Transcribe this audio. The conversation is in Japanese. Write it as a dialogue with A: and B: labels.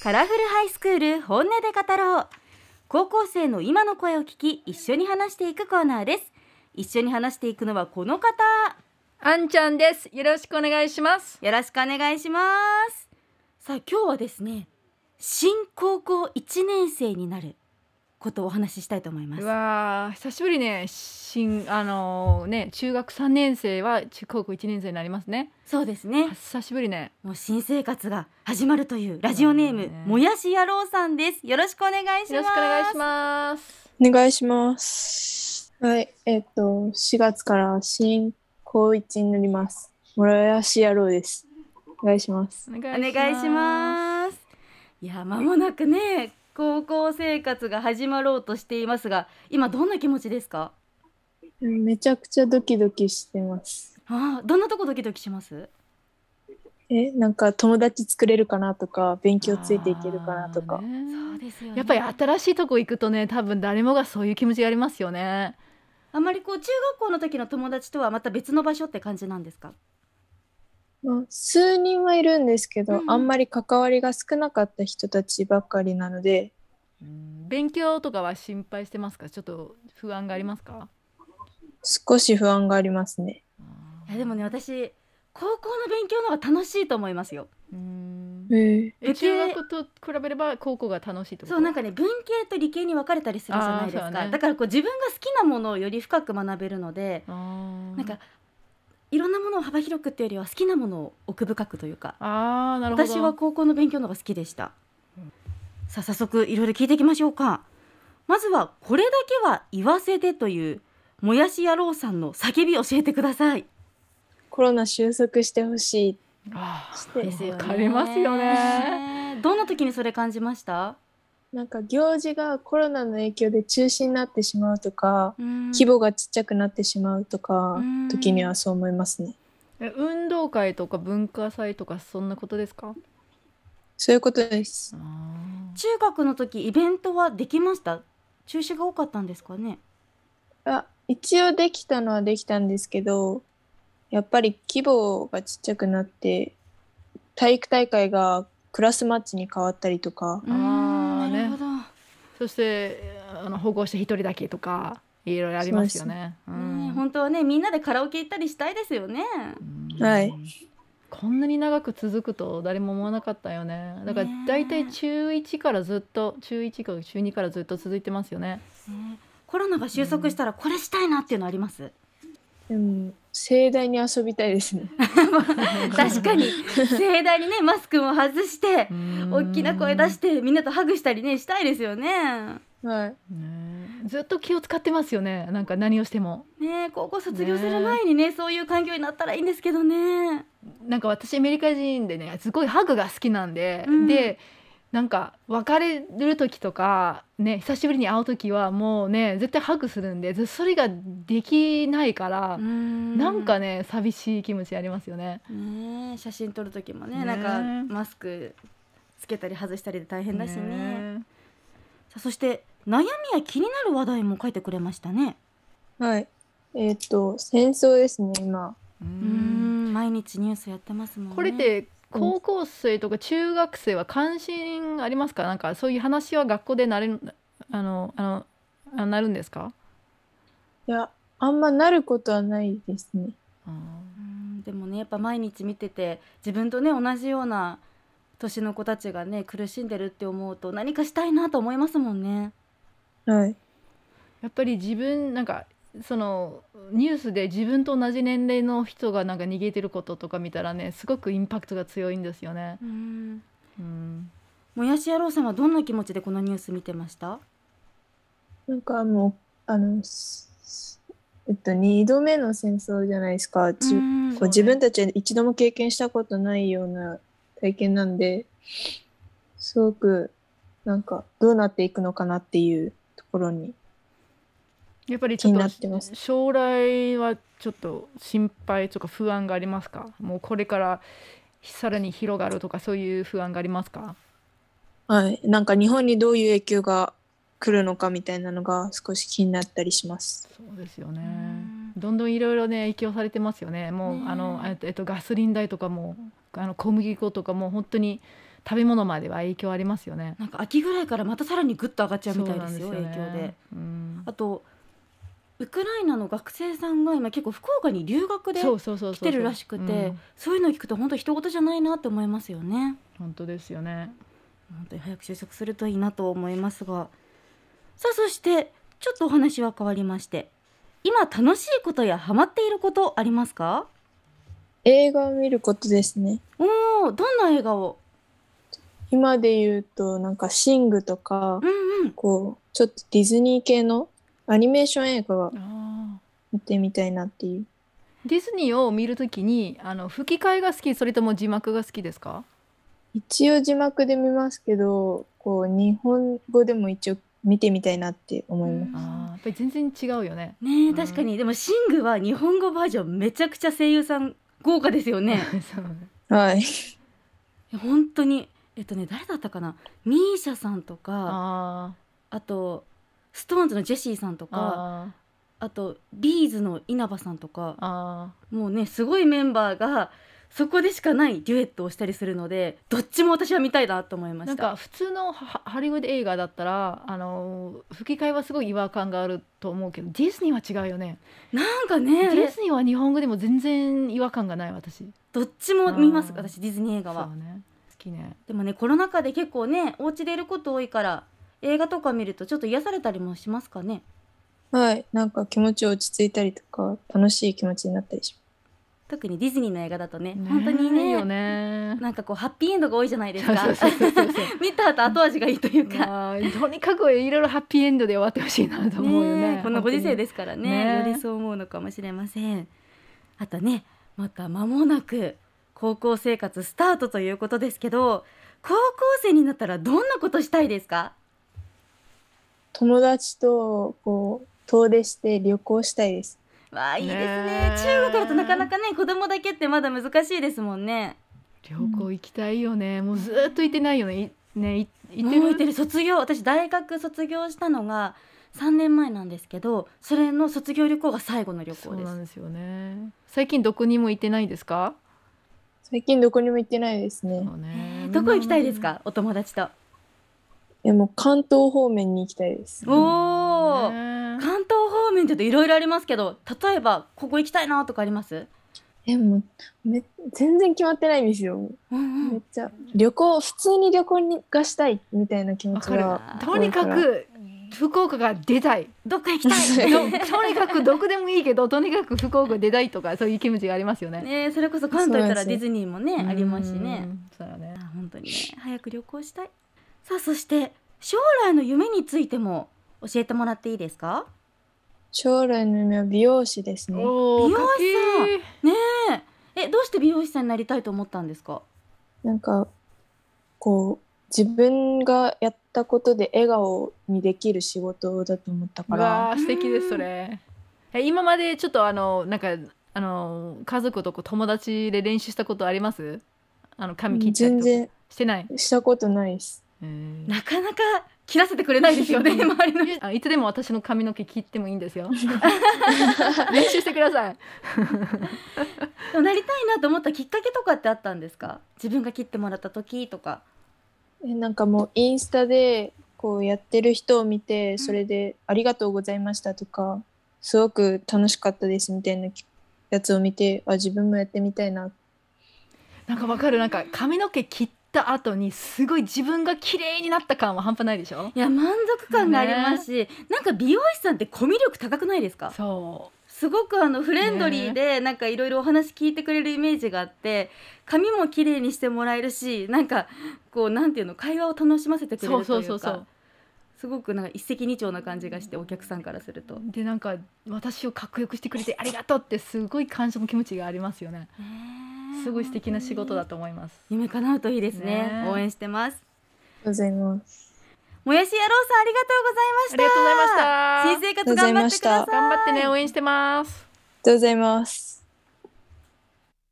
A: カラフルハイスクール本音で語ろう高校生の今の声を聞き一緒に話していくコーナーです一緒に話していくのはこの方
B: あんちゃんです。よろしくお願いします。
A: よろしくお願いしますさあ今日はですね新高校1年生になることをお話ししたいと思います
B: うわー久しぶりね、新あのーね中学三年生は中高校一年生になりますね。
A: そうですね
B: 久しぶりね。
A: もう新生活が始まるというラジオネーム、
B: そうだね
A: もやし野郎さんですよろしくお願いし
B: よ
A: ます
B: ろしくお願いします。
C: お願いします。はい、えっと、4月から新高一になります。もやし野郎です。お願いします。
B: お
A: お願いしますいや間もなくね高校生活が始まろうとしていますが今どんな気持ちですか
C: めちゃくちゃドキドキしてます。
A: ああどんなとこドキドキします
C: え、なんか友達作れるかなとか、勉強ついていけるかなと
B: あ
C: か
B: ー。ね
A: そうですよね
B: やっぱり新しいとこ行くとね、多分誰もがそういう気持ちがありますよね。
A: あんまりこう中学校の時の友達とはまた別の場所って感じなんですか
C: まあ、数人はいるんですけど、
A: うん
C: あんまり関わりが少なかった人たちばっかりなので、
B: うん勉強とかは心配してますか。ちょっと不安がありますか。
C: 少し不安がありますね。
A: いやでもね私高校の勉強の方が楽しいと思いますよ
B: うん
C: え
B: え中学と比べれば高校が楽しいってこと
A: そうなんかね文系と理系に分かれたりするじゃないです
B: あ
A: か
B: ーそう
A: だ,、
B: だね
A: からこう自分が好きなものをより深く学べるのでな
B: なん
A: かいろんなものを幅広くっていうよりは好きなものを奥深くというか
B: ああなるほど
A: 私は高校の勉強の方が好きでした、さあ早速いろいろ聞いていきましょうかまずはこれだけは言わせてというもやし野郎さんの叫び教えてください
C: コロナ収束してほしい
B: あー
C: で
B: よねわかりますよね
A: どんな時にそれ感じました、
C: なんか行事がコロナの影響で中止になってしまうとか、
A: うん
C: 規模がちっちゃくなってしまうとか
A: うん
C: 時にはそう思いますね。
B: え運動会とか文化祭とかそんなことですか
C: そういうことです。
A: 中学の時イベントはできました中止が多かったんですかね
C: あ一応できたのはできたんですけどやっぱり規模がちっちゃくなって体育大会がクラスマッチに変わったりとか
A: うー
B: あー
A: ん
B: ね
A: なるほど、
B: そしてあの保護して一人だけとかいろいろありますよねう
A: ね
B: ん
A: 本当はねみんなでカラオケ行ったりしたいですよね
B: うん
C: はい
B: こんなに長く続くと誰も思わなかったよねだから
A: ねえ
B: 大体中一からずっと中一から中二からずっと続いてますよね、
A: ねコロナが収束したらこれしたいなっていうのあります、
C: でも盛大に遊びた いですね。
A: 確かに盛大にねマスクも外して大きな声出しててみんなとハグしたりねしたいですよね
C: はい、
B: ねずっと気を使ってますよねなんか何をしても
A: ね高校卒業する前にねそういう環境になったらいいんですけどね
B: なんか私アメリカ人でねすごいハグが好きなんで、
A: うん
B: でなんか別れる時とかね久しぶりに会う時はもうね絶対ハグするんでずそれができないから、
A: な
B: なんかね寂しい気持ちありますよね。
A: ね写真撮る時もね
B: ね
A: なんかマスクつけたり外したりで大変だしね
B: ね
A: さあそして悩みや気になる話題も書いてくれましたね
C: はい、えっ、と戦争ですね今。
B: う
A: うんん毎日ニュースやってますもんね
B: これって高校生とか中学生は関心ありますかなんかそういう話は学校でなれるあのあのあなるんですか、
C: いやあんまなることはないですね。
A: うんでもねやっぱ毎日見てて自分とね同じような年の子たちがね苦しんでるって思うと何かしたいなと思いますもんね。
C: はい、
B: やっぱり自分なんかそのニュースで自分と同じ年齢の人がなんか逃げてることとか見たらねすごくインパクトが強いんですよね。
A: うん
B: うん、
A: もやし野郎さんはどんな気持ちでこのニュース見てました
C: なんかもうあのすすえっと2度目の戦争じゃないですか。じ
A: うん
C: こう自分たちは一度も経験したことないような体験なんですごくなんかどうなっていくのかなっていうところに
B: やっぱりち
C: 気
B: ょ
C: に
B: っ
C: なって
B: と
C: ます。
B: 将来はちょっと心配とか不安がありますかもうこれからさらに広がるとかそういう不安がありますか
C: はい、なんか日本にどういう影響が来るのかみたいなのが少し気になったりします。
B: そうですよね。
A: うん
B: どんどんいろいろね影響されてますよね。もう、
A: ねえ
B: あのえっとえっとガソリン代とかもあの小麦粉とかもう本当に食べ物までは影響ありますよね。
A: なんか秋ぐらいからまたさらにぐっと上がっちゃうみたいですよ
B: そうなん
A: 影響で。
B: うん
A: あとウクライナの学生さんが今結構福岡に留学で
B: そうそうそうそう
A: 来てるらしくて
B: うん
A: そういうのを聞くと本当一言じゃないなって思いますよね。
B: 本当ですよね。
A: 本当に早く就職するといいなと思いますがさあそしてちょっとお話は変わりまして今楽しいことやハマっていることありますか
C: 映画を見ることですね。
A: おおどんな映画を
C: 今で言うと、なんか、シングとか
A: う、んうん
C: こう、ちょっとディズニー系のアニメーション映画は
B: あ
C: 見てみたいなっていう。
B: ーディズニーを見るときにあの吹き替えが好きそれとも字幕が好きですか？
C: 一応字幕で見ますけど、こう、日本語でも一応見てみたいなって思います。
A: うん
B: あーやっぱり全然違うよね。
A: ね
B: う
A: え
B: ん
A: 確かにでも「シング」は日本語バージョンめちゃくちゃ声優さん豪華ですよね
B: そうね
C: はい。
A: 本当にえっとね誰だったかなミーシャさんとかあ
B: あ
A: とストーンズのジェシーさんと
B: ー
A: かあ
B: あー
A: とビーズの稲葉さんとか
B: あ
A: もうねすごいメンバーがそこでしかないデュエットをしたりするのでどっちも私は見たいなと思い
B: ー
A: ま
B: な
A: し
B: ん
A: た
B: か普通のハハリウッド映画だったらあの吹き替えはすごい違和感があると思うけどディズニーは違うよね。
A: なんか
B: デ
A: ね
B: ィズニーは日本語でも全然違和感がない私。
A: どっちも見ます
B: あー
A: 私ディズニー映画は
B: そうね。好きね。
A: でもねコロナ禍で結構ねお家でいること多いから映画とか見るとちょっと癒されたりもしますかね
C: はい。なんか気持ち落ち着いたりとか、楽しい気持ちになったりしま
A: 特にディズニーの映画だとね
B: ね
A: 本当に
B: いい
A: ね
B: よね。
A: なんかこうハッピーエンドが多いじゃないですか
B: そうそうそうそうそう
A: 見た後後味がいいというか、
B: まあとにかくいろいろハッピーエンドで終わってほしいなと思うよね
A: ねえこんなご時世ですからね
B: ねえ
A: よりそう思うのかもしれませんあとねまた間もなく高校生活スタートということですけど高校生になったらどんなことしたいですか
C: す。友達と、こう、遠出して旅行したいです。
A: わあいいですね
B: ねえ
A: 中国だとなかなかね子供だけってまだ難しいですもんね
B: 本当に旅行行きたいよねもうずっと行ってないよねいねい行って
A: もう
B: る
A: いてる卒業私大学卒業したのが3年前なんですけどそれの卒業旅行が最後の旅
B: そ
A: 行
B: う
A: で
B: なん
A: す
B: ですよね最近どこにも行ってないですか
C: 最近どこにも行ってないですね。
B: そうね
A: どこ行きたいですかお友達と
C: いや、もう関東方面に行きたいです。
A: おおー、
B: ね
A: 関東方面って言うといろいろありますけど例えばここ行きたいなとかあります、
C: え、もう、め、全然決まってないんですよ。
A: うんう
C: めっ
A: ん、
C: ちゃ。旅行、普通に旅行にがしたいみたいな気持
B: わ
C: ち
B: かる
C: が。
B: とにかく福岡が出たい
A: どっか行きた
B: ど
A: い
B: とにかくどこでもいいけどとにかく福岡出たいとかそういう気持ちがありますよね
A: ねそれこそ関東行ったらディズニーもね
B: うん
A: ありますしね
B: そうだね
A: あ本当にね早く旅行したいさあそして将来の夢についても教えてもらっていいですか
C: 将来の夢は美容師ですね。
B: おお
A: 美
B: か
A: 容
B: っけー
A: ねええどうして美容師さんになりたいと思ったんですか
C: なんか、こう、自分がやったことで笑顔にできる仕事だと思った
B: う
C: から。
B: わー素敵ですそれえ今までちょっとあのなんかあの家族とこう友達で練習したことありますあの髪切ったり
C: 全
B: とか
C: 然
B: してない、
C: したことないです。
B: えー
A: なかなか切らせてくれないですよ ね周りの人
B: あいつでも私の髪の毛切ってもいいんですよ練習してください
A: でもなりたいなと思ったきっかけとかってあったんですか自分が切ってもらった時とか
C: えなんかもうインスタでこうやってる人を見てそれで「ありがとうございました」とか「すごく楽しかったです」みたいなやつを見てあ自分もやってみたいな
B: なんかわかるなんか髪の毛切った後にすごい自分が綺麗になった感は半端ないでしょ
A: いや満足感がありますし、なんか美容師さんってコミュ力高くないですか
B: そ
A: すごくあのフレンドリーでなんかいろいろお話聞いてくれるイメージがあって髪も綺麗にしてもらえるしなんかこうなんていうの会話を楽しませて
B: う
A: くれ
B: そう
A: ると
B: そ
A: いううか
B: そうそう
A: すごくなんか一石二鳥な感じがしてお客さんからすると、
B: でなんか私をかっこよくしてくれてありがとうってすごい感謝の気持ちがありますよねすごい素敵な仕事だと思います
A: 夢叶うといいですね
B: ね
A: 応援してます
C: ございます。
A: もやし野郎さんありがとうございました
B: ありがとうございま
A: 新生活頑張っ
B: した
A: てください
B: 頑張ってね応援してます
C: ありがとうございます。